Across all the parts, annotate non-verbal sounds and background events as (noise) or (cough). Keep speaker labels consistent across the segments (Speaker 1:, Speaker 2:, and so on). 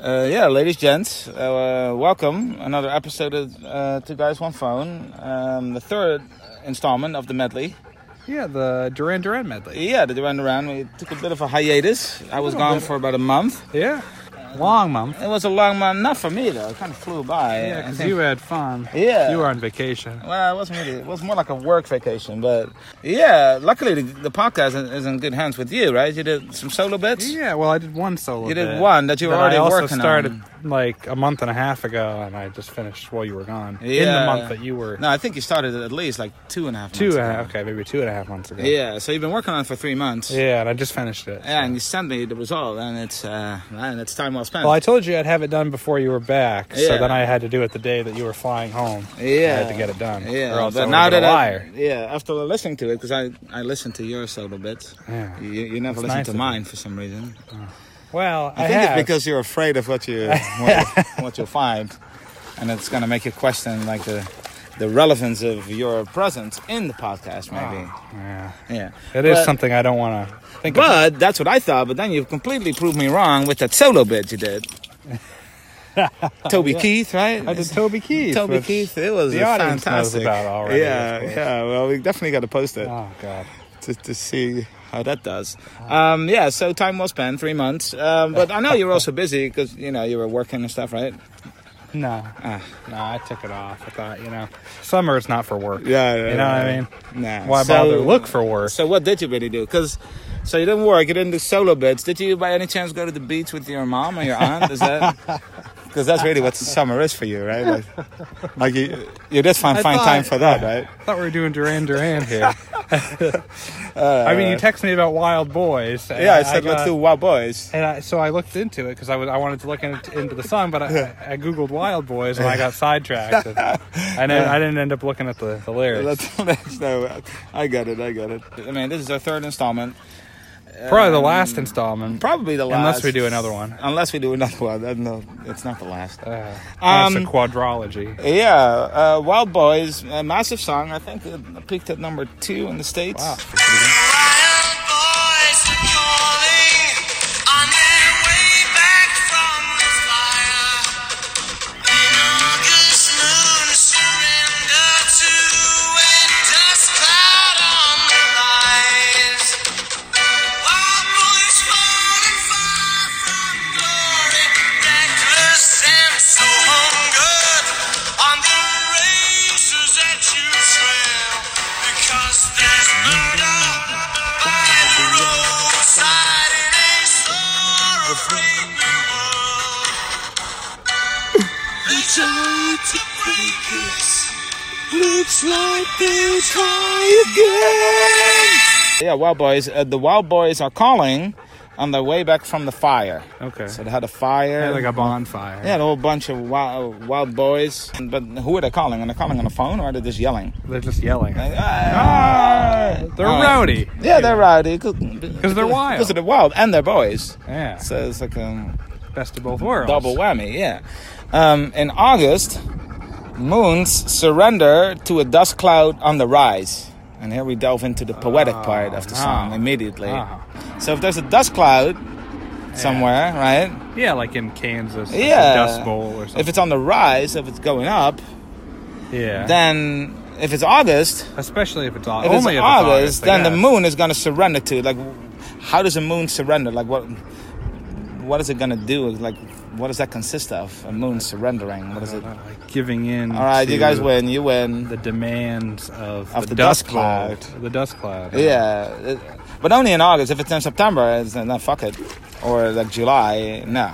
Speaker 1: Uh, yeah, ladies, gents, uh, welcome. Another episode of uh, Two Guys, One Phone. Um, the third installment of the medley.
Speaker 2: Yeah, the Duran Duran medley.
Speaker 1: Yeah, the Duran Duran. We took a bit of a hiatus. I was
Speaker 2: Little
Speaker 1: gone
Speaker 2: bit.
Speaker 1: for about a month.
Speaker 2: Yeah. Long month.
Speaker 1: It was a long month, not for me though. It kind of flew by.
Speaker 2: Yeah,
Speaker 1: I
Speaker 2: because
Speaker 1: think-
Speaker 2: you had fun.
Speaker 1: Yeah.
Speaker 2: You were on vacation.
Speaker 1: Well, it wasn't really. It was more like a work vacation, but yeah. Luckily, the, the podcast is- is in good hands with you, right? You did some solo bits.
Speaker 2: Yeah, well, I did one solo.
Speaker 1: You did
Speaker 2: bit
Speaker 1: one that you were already
Speaker 2: I also
Speaker 1: working
Speaker 2: started
Speaker 1: on.
Speaker 2: like a month and a half ago, and I just finished while you were gone. In
Speaker 1: Yeah.
Speaker 2: the month that you were.
Speaker 1: No, I think you started at least like two and a half.
Speaker 2: two
Speaker 1: months
Speaker 2: and a half.
Speaker 1: ago.
Speaker 2: Okay, maybe two and a half months ago.
Speaker 1: Yeah, so you've been working on it for three months.
Speaker 2: Yeah, and I just finished it.
Speaker 1: Yeah, and
Speaker 2: so.
Speaker 1: you sent me the result, and it's uh, man, it's time well spent.
Speaker 2: Well, I told you I'd have it done before you were back,
Speaker 1: Yeah.
Speaker 2: so then I had to do it the day that you were flying home.
Speaker 1: yeah,
Speaker 2: I had to get it done.
Speaker 1: Yeah,
Speaker 2: or else
Speaker 1: but
Speaker 2: I
Speaker 1: now that
Speaker 2: a
Speaker 1: I
Speaker 2: liar.
Speaker 1: yeah, after listening to it, because I I listened to yours a little bit.
Speaker 2: Yeah.
Speaker 1: You, you never
Speaker 2: It's
Speaker 1: listen
Speaker 2: nice
Speaker 1: to
Speaker 2: of you.
Speaker 1: mine for some reason.
Speaker 2: Well, I,
Speaker 1: I, think
Speaker 2: have.
Speaker 1: it's because you're afraid of what you
Speaker 2: (laughs)
Speaker 1: what, you- what you'll find, and it's gonna make you question like the the relevance of your presence in the podcast, maybe.
Speaker 2: Yeah.
Speaker 1: Yeah,
Speaker 2: It is
Speaker 1: But-
Speaker 2: something I don't want to think about.
Speaker 1: But that's what I thought. But then you completely proved me wrong with that solo bit you
Speaker 2: (laughs)
Speaker 1: did. Toby Keith, right?
Speaker 2: I did Toby Keith.
Speaker 1: Oh, Toby
Speaker 2: which-
Speaker 1: Keith, it was
Speaker 2: the
Speaker 1: a
Speaker 2: audience knows
Speaker 1: fantastic.
Speaker 2: about already,
Speaker 1: yeah,
Speaker 2: of course.
Speaker 1: yeah. Well, we definitely got to post it
Speaker 2: Oh God.
Speaker 1: to, to see how that does. Um, yeah, so time well spent, three months. Um, but I know you were also busy because you know you were working and stuff, right?
Speaker 2: No.
Speaker 1: Ah.
Speaker 2: No, I took it off. I thought, you know, summer is not for work.
Speaker 1: Yeah, yeah
Speaker 2: You know what I
Speaker 1: yeah.
Speaker 2: mean?
Speaker 1: Nah.
Speaker 2: Why
Speaker 1: So-
Speaker 2: bother look for work?
Speaker 1: So what did you really do? Because so you didn't work, you didn't do solo bits. Did you by any chance go to the beach with your mom or your aunt? Is that
Speaker 2: (laughs)
Speaker 1: because that's really what summer is for you, right? Like, like you, you just find
Speaker 2: I
Speaker 1: find
Speaker 2: thought-
Speaker 1: time for that, right?
Speaker 2: I thought we were doing Duran Duran
Speaker 1: (laughs)
Speaker 2: here. I mean, you text me about Wild Boys. and
Speaker 1: Yeah, I said let's
Speaker 2: got-
Speaker 1: do Wild Boys.
Speaker 2: And I, so I looked into it because I, was- I wanted to look into, into the song, but I, I googled Wild Boys and I
Speaker 1: (laughs)
Speaker 2: got sidetracked. And, and then I didn't end up looking at the, the lyrics.
Speaker 1: Let's, let's no, I got it, I got it. I mean, this is our third installment.
Speaker 2: Probably the last installment.
Speaker 1: Probably the last.
Speaker 2: Unless we do another one.
Speaker 1: Unless we do another one. Uh, No, it's not the last.
Speaker 2: Uh, that's a
Speaker 1: Um,
Speaker 2: quadrology.
Speaker 1: Yeah, uh, Wild Boys, a massive song. I think it peaked at number two in the States.
Speaker 2: Wow.
Speaker 3: Wild boys calling on their way back from the fire. An August moon surrender to and dust cloud on the rise. Wild boys falling far from glory, reckless and so hungered on the razors that you trail, because there's murder by the roadside in a sorrowing world. They try to break us. Looks like they'll try again.
Speaker 1: Yeah, Wild Boys. Uh, the Wild Boys are calling on their way back from the fire.
Speaker 2: Okay.
Speaker 1: So they had a fire.
Speaker 2: Yeah, like a bonfire.
Speaker 1: Yeah, a whole bunch of wild, wild boys. But who are they calling? Are they calling on the phone or are they just yelling?
Speaker 2: They're just yelling.
Speaker 1: Like, ah!
Speaker 2: They're
Speaker 1: Oh,
Speaker 2: rowdy.
Speaker 1: Yeah, they're rowdy. Because
Speaker 2: they're wild.
Speaker 1: Because they're wild and they're boys.
Speaker 2: Yeah.
Speaker 1: So it's like a
Speaker 2: Best of both worlds.
Speaker 1: double whammy, yeah. Um, in August, moons surrender to a dust cloud on the rise. And here we delve into the poetic part of the
Speaker 2: no.
Speaker 1: song immediately.
Speaker 2: Ah.
Speaker 1: So if there's a dust cloud somewhere, right?
Speaker 2: Yeah, like in Kansas. like
Speaker 1: Yeah.
Speaker 2: the Dust Bowl or something.
Speaker 1: If it's on the rise, if it's going up,
Speaker 2: yeah.
Speaker 1: then if it's August,
Speaker 2: Especially if it's au-
Speaker 1: if
Speaker 2: only
Speaker 1: it's
Speaker 2: if
Speaker 1: August,
Speaker 2: August, I
Speaker 1: then the
Speaker 2: guess.
Speaker 1: moon is gonna surrender to it. Like, how does a moon surrender? Like, what what is it gonna do? Like, what does that consist of? A moon surrendering? What is it?
Speaker 2: Uh, like giving in.
Speaker 1: All right, you
Speaker 2: to
Speaker 1: guys win. You win.
Speaker 2: The demands of,
Speaker 1: Of the
Speaker 2: dust,
Speaker 1: dust
Speaker 2: cloud.
Speaker 1: cloud.
Speaker 2: The dust cloud.
Speaker 1: Yeah, it- but only in August. If it's in September, it's uh, no, fuck it. Or like July, no.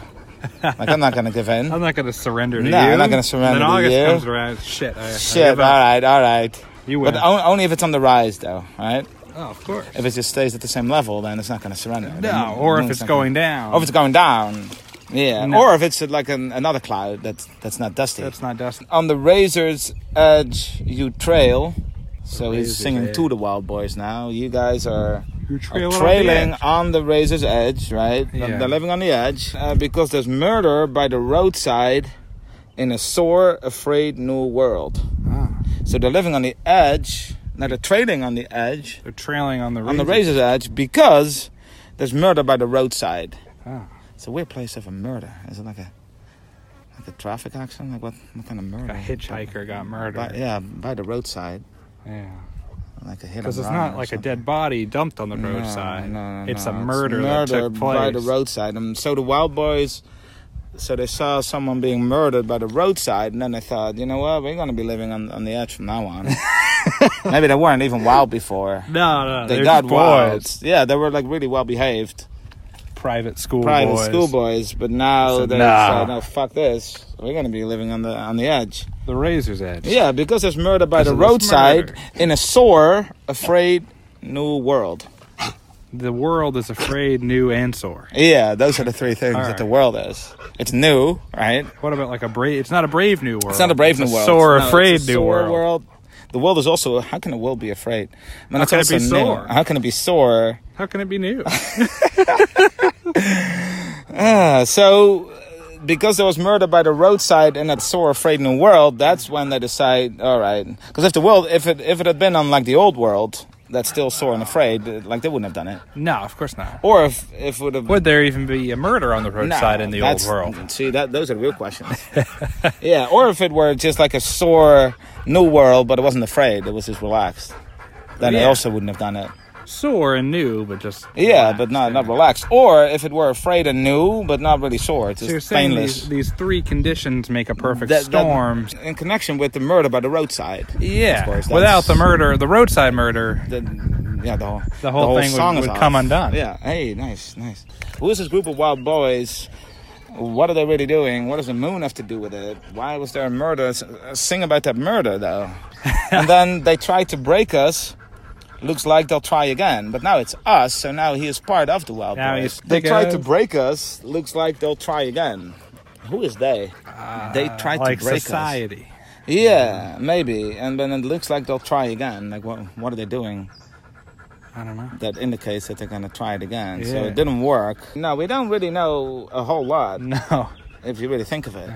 Speaker 1: Like I'm not gonna give
Speaker 2: (laughs)
Speaker 1: in.
Speaker 2: I'm not going to surrender to
Speaker 1: No,
Speaker 2: you.
Speaker 1: I'm not gonna surrender to
Speaker 2: And then August
Speaker 1: you.
Speaker 2: comes around. Shit. I, I
Speaker 1: Shit.
Speaker 2: give
Speaker 1: All
Speaker 2: up.
Speaker 1: right, all right.
Speaker 2: You win.
Speaker 1: But on- only if it's on the rise, though, right?
Speaker 2: Oh, of course.
Speaker 1: If it just stays at the same level, then it's not gonna surrender. The
Speaker 2: No,
Speaker 1: moon-
Speaker 2: or if
Speaker 1: moon's
Speaker 2: it's
Speaker 1: not gonna-
Speaker 2: going down.
Speaker 1: Or if it's going down. Yeah.
Speaker 2: No.
Speaker 1: Or if it's uh, like an, another cloud that's that's not dusty.
Speaker 2: That's not dust.
Speaker 1: on the razor's edge you trail. So he's
Speaker 2: razor's
Speaker 1: singing
Speaker 2: edge.
Speaker 1: to the Wild Boys now. You guys are,
Speaker 2: You're
Speaker 1: are
Speaker 2: trailing on the
Speaker 1: trailing
Speaker 2: edge.
Speaker 1: on the razor's edge, right? They're-
Speaker 2: Yeah.
Speaker 1: They're living on the edge uh, because there's murder by the roadside in a sore, afraid new world.
Speaker 2: Ah.
Speaker 1: So they're living on the edge. Now they're trailing on the edge,
Speaker 2: They're trailing on the
Speaker 1: on the
Speaker 2: razor.
Speaker 1: razor's edge, because there's murder by the roadside.
Speaker 2: Ah.
Speaker 1: It's a weird place of a murder. Is it like a like a traffic accident? Like what, what kind of murder?
Speaker 2: A hitchhiker got
Speaker 1: By,
Speaker 2: murdered.
Speaker 1: Hmm. yeah, by the roadside,
Speaker 2: Yeah.
Speaker 1: like a hit.
Speaker 2: Because
Speaker 1: and
Speaker 2: it's
Speaker 1: run
Speaker 2: not
Speaker 1: or
Speaker 2: like a
Speaker 1: something.
Speaker 2: dead body dumped on the
Speaker 1: No,
Speaker 2: roadside.
Speaker 1: no, no,
Speaker 2: it's a
Speaker 1: no,
Speaker 2: murder, that
Speaker 1: murder
Speaker 2: took
Speaker 1: by
Speaker 2: place.
Speaker 1: the roadside. And so the Wild Boys, so they saw someone being murdered by the roadside, and then they thought, you know what, we're gonna be living on, on the edge from now
Speaker 2: (laughs)
Speaker 1: on. Maybe they weren't even wild before.
Speaker 2: No, no,
Speaker 1: They
Speaker 2: Uh, they're
Speaker 1: got
Speaker 2: just
Speaker 1: wild.
Speaker 2: boys.
Speaker 1: Yeah, they were like really well behaved,
Speaker 2: Private school
Speaker 1: private
Speaker 2: boys.
Speaker 1: schoolboys. But now
Speaker 2: Said,
Speaker 1: they
Speaker 2: "Nah."
Speaker 1: said, no, fuck this. We're gonna be living on the on the edge.
Speaker 2: The razor's edge.
Speaker 1: Yeah, because there's murder by
Speaker 2: Because
Speaker 1: the
Speaker 2: of this
Speaker 1: roadside
Speaker 2: murder.
Speaker 1: in a sore, afraid new world.
Speaker 2: The world is afraid, new, and sore.
Speaker 1: Yeah, those are the three things that the
Speaker 2: Alright.
Speaker 1: world is. It's new, right?
Speaker 2: What about like a brave? It's not a brave new world.
Speaker 1: It's not a brave new world.
Speaker 2: Sore,
Speaker 1: No,
Speaker 2: afraid
Speaker 1: it's a
Speaker 2: new
Speaker 1: sore
Speaker 2: world.
Speaker 1: The world is also how can the world be afraid? When
Speaker 2: How
Speaker 1: it's
Speaker 2: can it be
Speaker 1: also new,
Speaker 2: sore?
Speaker 1: How can it be sore?
Speaker 2: How can it be
Speaker 1: (laughs)
Speaker 2: new?
Speaker 1: Uh, so uh, because there was murder by the roadside in that sore afraid new world, that's when they decide, all right. Because if the world, if it if it had been on like the old world, that's still sore and afraid, uh, like they wouldn't have done it.
Speaker 2: no, of course not.
Speaker 1: Or if if it would have
Speaker 2: Would there even be a murder on the
Speaker 1: No,
Speaker 2: roadside in the old
Speaker 1: that's-
Speaker 2: world?
Speaker 1: See, that those are the real
Speaker 2: (laughs)
Speaker 1: questions. yeah, or if it were just like a sore new world, but it wasn't afraid, it was just relaxed. Then they
Speaker 2: Yeah.
Speaker 1: also wouldn't have done it.
Speaker 2: Sore and new, but just
Speaker 1: Yeah,
Speaker 2: relaxed,
Speaker 1: but not not
Speaker 2: yeah.
Speaker 1: relaxed. Or if it were afraid and new, but not really sore, it's
Speaker 2: So you're
Speaker 1: just
Speaker 2: saying
Speaker 1: painless.
Speaker 2: these, these three conditions make a perfect
Speaker 1: That- that-
Speaker 2: storm.
Speaker 1: in connection with the murder by the roadside.
Speaker 2: yeah,
Speaker 1: course,
Speaker 2: without
Speaker 1: that's-
Speaker 2: the murder, the roadside murder.
Speaker 1: The, yeah, the whole
Speaker 2: The whole thing would-
Speaker 1: song is
Speaker 2: would
Speaker 1: off.
Speaker 2: come undone.
Speaker 1: Yeah. Hey, nice, nice. Who is this group of wild boys? What are they really doing? What does the moon have to do with it? Why was there a murder? S- uh, Sing about that murder
Speaker 2: (laughs)
Speaker 1: though. and then they try to break us. Looks like they'll try again, but now it's us. So now he is part of the wild
Speaker 2: Now
Speaker 1: boys.
Speaker 2: he's
Speaker 1: They
Speaker 2: big
Speaker 1: tried
Speaker 2: as-
Speaker 1: to break us. Looks like they'll try again. Who is they? they tried
Speaker 2: Uh, like
Speaker 1: to break us.
Speaker 2: society.
Speaker 1: Yeah, maybe. And then it looks like they'll try again. Like, what, what are they doing
Speaker 2: I don't know.
Speaker 1: that indicates that they're going to try it again? So
Speaker 2: Yeah.
Speaker 1: it didn't work. No, we don't really know a whole lot
Speaker 2: No,
Speaker 1: if you really think of it.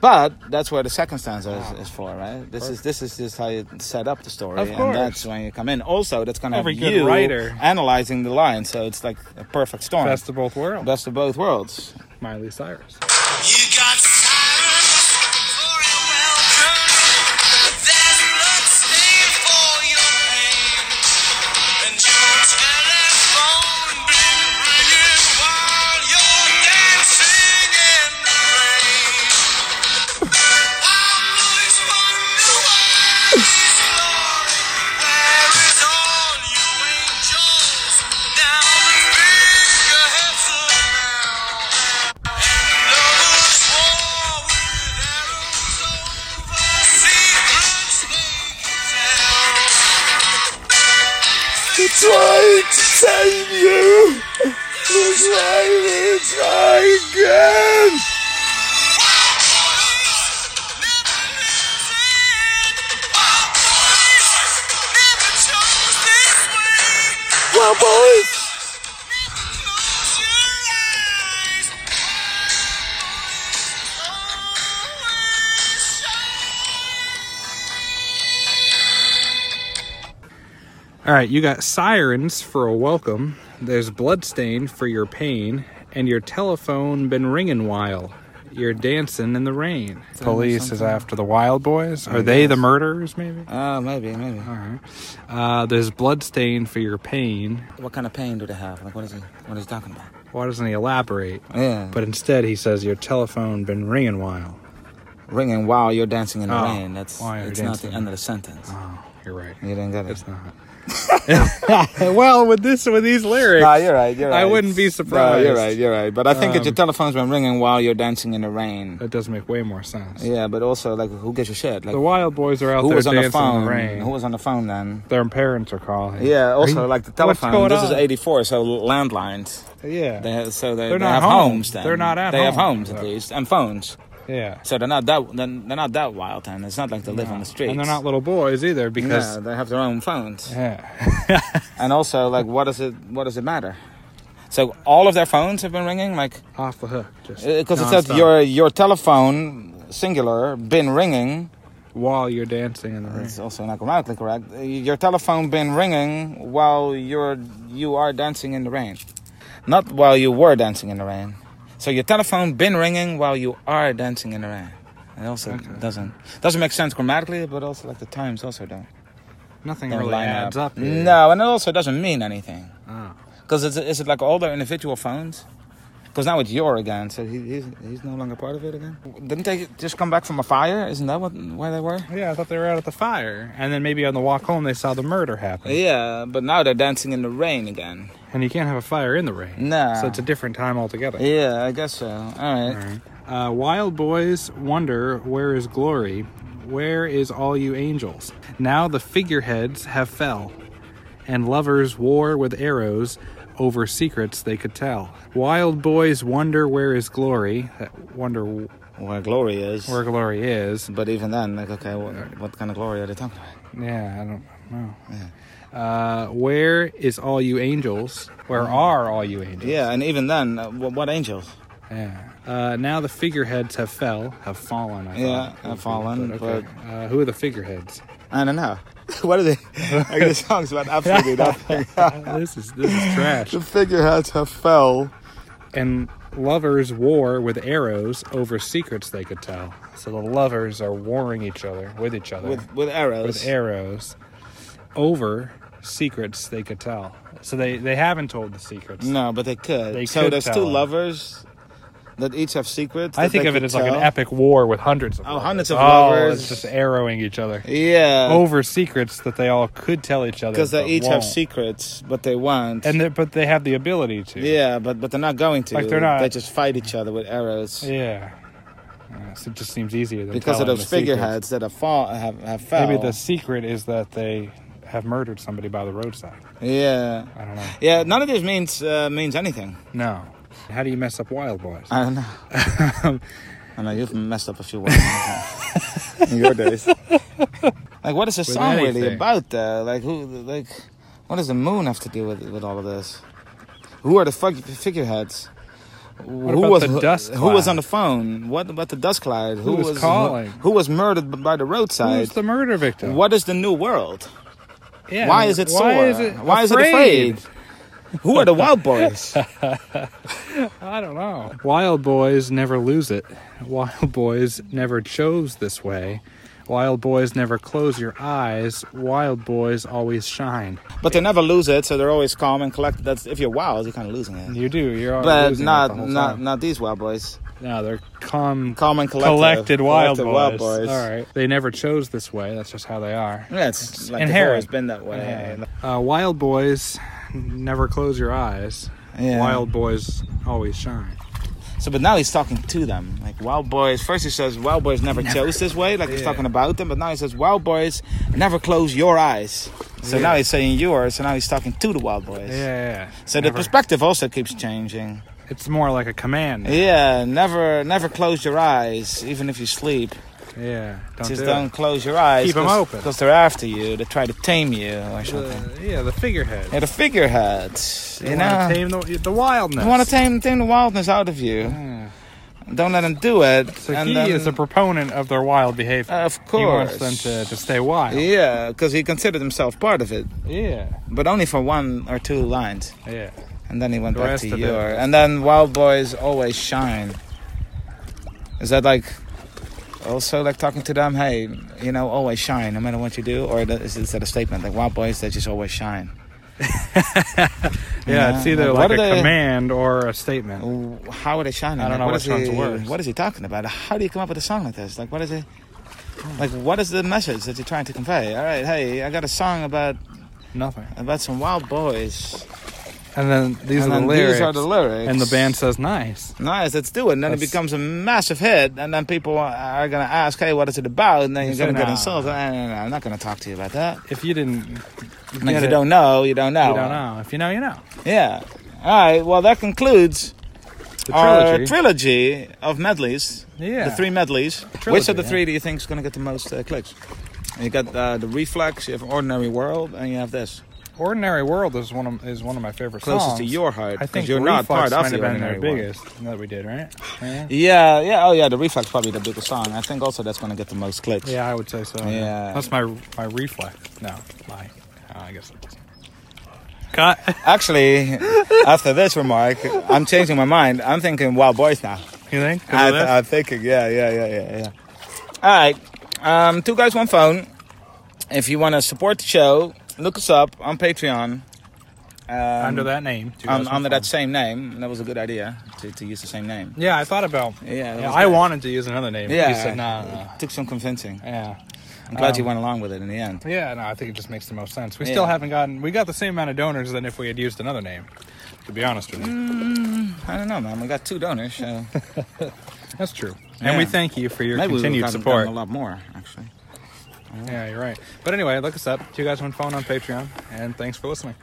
Speaker 1: But that's where the second stanza is, is for, right? This is this is just how you set up the story,
Speaker 2: Ah. Of
Speaker 1: and
Speaker 2: course.
Speaker 1: that's when you come in. Also, that's going to have
Speaker 2: Every good
Speaker 1: you
Speaker 2: writer.
Speaker 1: analyzing the line, so it's like a perfect storm,
Speaker 2: best of both worlds.
Speaker 1: best of both worlds.
Speaker 2: Miley Cyrus.
Speaker 3: You got sirens for a well There's blood stain for your pain. And your telephone been ringing while you're dancing in the rain. I always wonder why this glory, where is all you angels? Now the bigger heads around. Lovers war with arrows over secrets they can tell. They tried to save you. Looks like they try again. Never chose this way.
Speaker 1: Well, boys.
Speaker 3: Never close your eyes. Always
Speaker 2: All right, you got sirens for a welcome. There's bloodstain for your pain, and your telephone been ringing while you're dancing in the rain. Police is after the Wild Boys. Are they the murderers? Maybe.
Speaker 1: Ah, maybe, maybe.
Speaker 2: Uh, there's bloodstain for your pain.
Speaker 1: What kind of pain do they have? Like, what is he? What is he talking about?
Speaker 2: Why doesn't he elaborate?
Speaker 1: Yeah.
Speaker 2: But instead, he says your telephone been ringing while.
Speaker 1: ringing while you're dancing in the
Speaker 2: Oh,
Speaker 1: rain. That's
Speaker 2: while you're
Speaker 1: it's not the
Speaker 2: dancing.
Speaker 1: end of the sentence.
Speaker 2: Oh, you're right.
Speaker 1: You didn't get it.
Speaker 2: It's not. (laughs) well, with this, with these lyrics,
Speaker 1: Nah, you're right. You're right.
Speaker 2: I wouldn't be
Speaker 1: No,
Speaker 2: surprised.
Speaker 1: you're right. You're right. But I think that your
Speaker 2: Um,
Speaker 1: telephone's been ringing while you're dancing in the rain.
Speaker 2: That does make way more sense.
Speaker 1: Yeah, but also like, who gives a shit? Like,
Speaker 2: The Wild Boys are out
Speaker 1: who
Speaker 2: there
Speaker 1: was on
Speaker 2: dancing
Speaker 1: the phone?
Speaker 2: in the rain.
Speaker 1: Who was on the phone then?
Speaker 2: Their parents are calling.
Speaker 1: Yeah. Also,
Speaker 2: Are you-
Speaker 1: like the
Speaker 2: what's
Speaker 1: telephone.
Speaker 2: going
Speaker 1: This is
Speaker 2: on?
Speaker 1: '84, so landlines.
Speaker 2: Yeah.
Speaker 1: They have, so they,
Speaker 2: They're
Speaker 1: they
Speaker 2: not
Speaker 1: have
Speaker 2: home.
Speaker 1: homes then.
Speaker 2: They're not at
Speaker 1: They have
Speaker 2: home,
Speaker 1: homes at
Speaker 2: so-
Speaker 1: least and phones.
Speaker 2: yeah.
Speaker 1: So they're not that they're, they're not that wild then. It's not like they live on the streets.
Speaker 2: And they're not little boys either because.
Speaker 1: No, they have their own phones.
Speaker 2: Yeah. (laughs)
Speaker 1: And also, like, what does it what does it matter? So all of their phones have been ringing, like,
Speaker 2: Off the hook. Just
Speaker 1: because Uh, it says
Speaker 2: nonstop.
Speaker 1: your your telephone singular been ringing.
Speaker 2: While you're dancing in the rain.
Speaker 1: It's also not grammatically correct. Your telephone been ringing while you're you are dancing in the rain. not while you were dancing in the rain. So your telephone been ringing while you are dancing in the rain. It also doesn't doesn't make sense grammatically, but also like the times also don't,
Speaker 2: Nothing
Speaker 1: don't
Speaker 2: really
Speaker 1: line
Speaker 2: adds up. here.
Speaker 1: No, and it also doesn't mean anything
Speaker 2: Oh.
Speaker 1: because is, it like all their individual phones? Because now it's your again, so he, he's he's no longer part of it again. Didn't they just come back from a fire? Isn't that what where they were?
Speaker 2: Yeah, I thought they were out at the fire, and then maybe on the walk home they saw the murder happen.
Speaker 1: Yeah, but now they're dancing in the rain again.
Speaker 2: And you can't have a fire in the rain.
Speaker 1: No.
Speaker 2: So it's a different time altogether.
Speaker 1: Yeah, I guess so. All right.
Speaker 2: Uh, wild boys wonder where is glory? Where is all you angels? Now the figureheads have fell, and lovers war with arrows over secrets they could tell. Wild boys wonder where is glory? That wonder w-
Speaker 1: Where glory is.
Speaker 2: where glory is.
Speaker 1: But even then, like, okay, what, what kind of glory are they talking about?
Speaker 2: Yeah, I don't know. Uh, where is all you angels? Where
Speaker 1: Mm.
Speaker 2: are all you angels?
Speaker 1: Yeah, and even then, uh, what, what angels?
Speaker 2: Yeah. Uh, now the figureheads have fell, have fallen. I
Speaker 1: Yeah,
Speaker 2: thought.
Speaker 1: have fallen, but-
Speaker 2: uh, who are the figureheads?
Speaker 1: I don't know. (laughs) what are they? like, the song's about absolutely (laughs) nothing.
Speaker 2: this is this
Speaker 1: (laughs)
Speaker 2: is trash.
Speaker 1: the figureheads have fell.
Speaker 2: And lovers war with arrows over secrets they could tell. So the lovers are warring each other with each other
Speaker 1: With, with arrows.
Speaker 2: with arrows over secrets they could tell. So they they haven't told the secrets.
Speaker 1: no, but they could.
Speaker 2: They
Speaker 1: so
Speaker 2: could
Speaker 1: there's two
Speaker 2: tell.
Speaker 1: lovers that each have secrets.
Speaker 2: I
Speaker 1: that
Speaker 2: think
Speaker 1: they
Speaker 2: of it
Speaker 1: could
Speaker 2: as like an
Speaker 1: tell.
Speaker 2: epic war with hundreds of
Speaker 1: Oh,
Speaker 2: lovers.
Speaker 1: hundreds of
Speaker 2: oh,
Speaker 1: lovers.
Speaker 2: it's just arrowing each other
Speaker 1: Yeah.
Speaker 2: over secrets that they all could tell each other
Speaker 1: Because they
Speaker 2: but
Speaker 1: each have
Speaker 2: won't.
Speaker 1: secrets, but they want.
Speaker 2: and they- but they have the ability to.
Speaker 1: yeah, but but they're not going to.
Speaker 2: Like, they're not-
Speaker 1: They just fight each other with arrows.
Speaker 2: Yeah. Yeah, so it just seems easier than
Speaker 1: Because of
Speaker 2: telling
Speaker 1: those
Speaker 2: the secrets.
Speaker 1: figureheads that have, fall, have, have fell.
Speaker 2: Maybe the secret is that they have murdered somebody by the roadside.
Speaker 1: Yeah.
Speaker 2: I don't know.
Speaker 1: Yeah, none of this means uh, means anything.
Speaker 2: No. How do you mess up wild boys?
Speaker 1: I don't know.
Speaker 2: (laughs)
Speaker 1: I know you've messed up a few words
Speaker 2: (laughs)
Speaker 1: in your days. Like, what is this
Speaker 2: With
Speaker 1: song really
Speaker 2: anything.
Speaker 1: about? Though, like, who, like, what does the moon have to do with with all of this? Who are the fuck figureheads? who
Speaker 2: about
Speaker 1: was
Speaker 2: the dust
Speaker 1: who was
Speaker 2: cloud?
Speaker 1: on the phone? What about the dust cloud?
Speaker 2: Who was calling?
Speaker 1: Who, was murdered b- by the roadside?
Speaker 2: Who's the murder victim?
Speaker 1: what is the new world?
Speaker 2: Yeah,
Speaker 1: Why is it sore?
Speaker 2: Why is it,
Speaker 1: Why is it afraid? Who are the wild
Speaker 2: (laughs)
Speaker 1: boys?
Speaker 2: I don't know. Wild boys never lose it. Wild boys never chose this way. Wild boys never close your eyes. Wild boys always shine.
Speaker 1: But they never lose it, so they're always calm and collected. That's if you're wild, you're kind of losing it.
Speaker 2: You do. You're always
Speaker 1: But
Speaker 2: losing it
Speaker 1: not
Speaker 2: the whole
Speaker 1: not
Speaker 2: time.
Speaker 1: not these wild boys.
Speaker 2: No, they're calm,
Speaker 1: Calm and collected.
Speaker 2: collected wild,
Speaker 1: Collected
Speaker 2: boys.
Speaker 1: wild boys.
Speaker 2: All right. They never chose this way. That's just how they are.
Speaker 1: Yeah, it's like
Speaker 2: inherent.
Speaker 1: inherent. It's been that way.
Speaker 2: Uh, wild boys never close your eyes.
Speaker 1: Yeah.
Speaker 2: Wild boys always shine.
Speaker 1: So, but now he's talking to them. Like wild boys. First he says wild boys never, chose this way. Like he's
Speaker 2: Yeah.
Speaker 1: talking about them. But now he says wild boys never close your eyes. So now he's saying yours. So now he's talking to the wild boys.
Speaker 2: Yeah. yeah, yeah.
Speaker 1: So the
Speaker 2: Never-
Speaker 1: perspective also keeps changing.
Speaker 2: it's more like a command. now.
Speaker 1: Yeah, never, never close your eyes, even if you sleep.
Speaker 2: Yeah. Don't
Speaker 1: Just
Speaker 2: do
Speaker 1: don't
Speaker 2: it.
Speaker 1: close your eyes.
Speaker 2: Keep 'em
Speaker 1: cause,
Speaker 2: open.
Speaker 1: Because they're after you. They try to tame you or something.
Speaker 2: The- yeah, the figurehead.
Speaker 1: yeah, the figureheads.
Speaker 2: They
Speaker 1: you
Speaker 2: wanna
Speaker 1: know.
Speaker 2: tame the, the wildness.
Speaker 1: They want to tame, tame the wildness out of you.
Speaker 2: Yeah.
Speaker 1: Don't let them do it.
Speaker 2: So
Speaker 1: and
Speaker 2: he
Speaker 1: then-
Speaker 2: is a proponent of their wild behavior.
Speaker 1: Uh, of
Speaker 2: He wants
Speaker 1: course.
Speaker 2: them to, to stay wild.
Speaker 1: Yeah, because he considered himself part of it,
Speaker 2: Yeah.
Speaker 1: but only for one or two lines.
Speaker 2: Yeah.
Speaker 1: And then he went
Speaker 2: The
Speaker 1: back
Speaker 2: rest
Speaker 1: to
Speaker 2: of
Speaker 1: your.
Speaker 2: it-
Speaker 1: And then Wild Boys always shine. Is that like also like talking to them? Hey, you know, always shine no matter what you do, or that- is is that a statement like Wild Boys? They just always shine.
Speaker 2: Yeah,
Speaker 1: Yeah,
Speaker 2: it's either
Speaker 1: but
Speaker 2: like
Speaker 1: what
Speaker 2: a
Speaker 1: are they-
Speaker 2: command or a statement.
Speaker 1: Ooh, How are they shining?
Speaker 2: I don't
Speaker 1: Like,
Speaker 2: know
Speaker 1: what
Speaker 2: which
Speaker 1: is
Speaker 2: one's
Speaker 1: he,
Speaker 2: worse.
Speaker 1: What is he talking about? How do you come up with a song like this? Like, what is it? Like, what is the message that you're trying to convey? All right, hey, I got a song about
Speaker 2: Nothing.
Speaker 1: about some wild boys.
Speaker 2: And then these
Speaker 1: and
Speaker 2: are the
Speaker 1: then
Speaker 2: lyrics.
Speaker 1: These are the lyrics.
Speaker 2: and the band says nice.
Speaker 1: Nice, let's do it. And then it
Speaker 2: That's-
Speaker 1: becomes a massive hit, and then people are- are going to ask, hey, what is it about? And then you're
Speaker 2: So
Speaker 1: going to get
Speaker 2: now-
Speaker 1: insulted. No, no, no, I'm not going to talk to you about that.
Speaker 2: If you didn't,
Speaker 1: And if
Speaker 2: get
Speaker 1: you
Speaker 2: it,
Speaker 1: don't know, you don't know.
Speaker 2: you don't know. If you know, you know.
Speaker 1: Yeah. All right, well, that concludes
Speaker 2: The
Speaker 1: our
Speaker 2: trilogy.
Speaker 1: trilogy of medleys.
Speaker 2: yeah.
Speaker 1: The three medleys.
Speaker 2: Trilogy,
Speaker 1: Which of the
Speaker 2: yeah.
Speaker 1: three do you think is going to get the most uh, clicks? You got uh, the Reflex, you have Ordinary World, and you have this.
Speaker 2: Ordinary World is one of is one of my favorite
Speaker 1: Closest
Speaker 2: songs.
Speaker 1: to your heart,
Speaker 2: I think
Speaker 1: because you're not
Speaker 2: Reflex
Speaker 1: part
Speaker 2: might
Speaker 1: of the
Speaker 2: have been their
Speaker 1: Ordinary World.
Speaker 2: biggest that we did, right? Yeah.
Speaker 1: Yeah, yeah, oh yeah, the Reflex probably the biggest song. I think also that's going to get the most clicks.
Speaker 2: Yeah, I would say so.
Speaker 1: Yeah.
Speaker 2: That's my my reflex. No, my. Uh, I guess it doesn't. cut.
Speaker 1: Actually, (laughs) after this remark, I'm changing my mind. I'm thinking Wild Boys now.
Speaker 2: You think? 'Cause
Speaker 1: I
Speaker 2: of this?
Speaker 1: I'm thinking, yeah, yeah, yeah, yeah, yeah. All right, um, two guys, one phone. If you want to support the show, look us up on Patreon. Um,
Speaker 2: under that name.
Speaker 1: um,
Speaker 2: 2004.
Speaker 1: under that same name. That was a good idea to, to use the same name.
Speaker 2: Yeah, I thought about.
Speaker 1: Yeah, that
Speaker 2: Yeah,
Speaker 1: was
Speaker 2: I
Speaker 1: good.
Speaker 2: wanted to use another name. but
Speaker 1: Yeah.
Speaker 2: You said nah, nah. nah."
Speaker 1: Took some convincing.
Speaker 2: Yeah.
Speaker 1: I'm glad
Speaker 2: Um,
Speaker 1: you went along with it in the end.
Speaker 2: Yeah, no, I think it just makes the most sense. We
Speaker 1: Yeah.
Speaker 2: still haven't gotten. We got the same amount of donors than if we had used another name. To be honest with
Speaker 1: Mm.
Speaker 2: you,
Speaker 1: I don't know, man. We got two donors, so
Speaker 2: that's true.
Speaker 1: Yeah.
Speaker 2: And we thank you for your
Speaker 1: maybe we've
Speaker 2: continued
Speaker 1: gotten-
Speaker 2: support.
Speaker 1: gotten a lot more actually.
Speaker 2: Yeah, you're right. But anyway, look us up. Two guys, one phone on Patreon. And thanks for listening.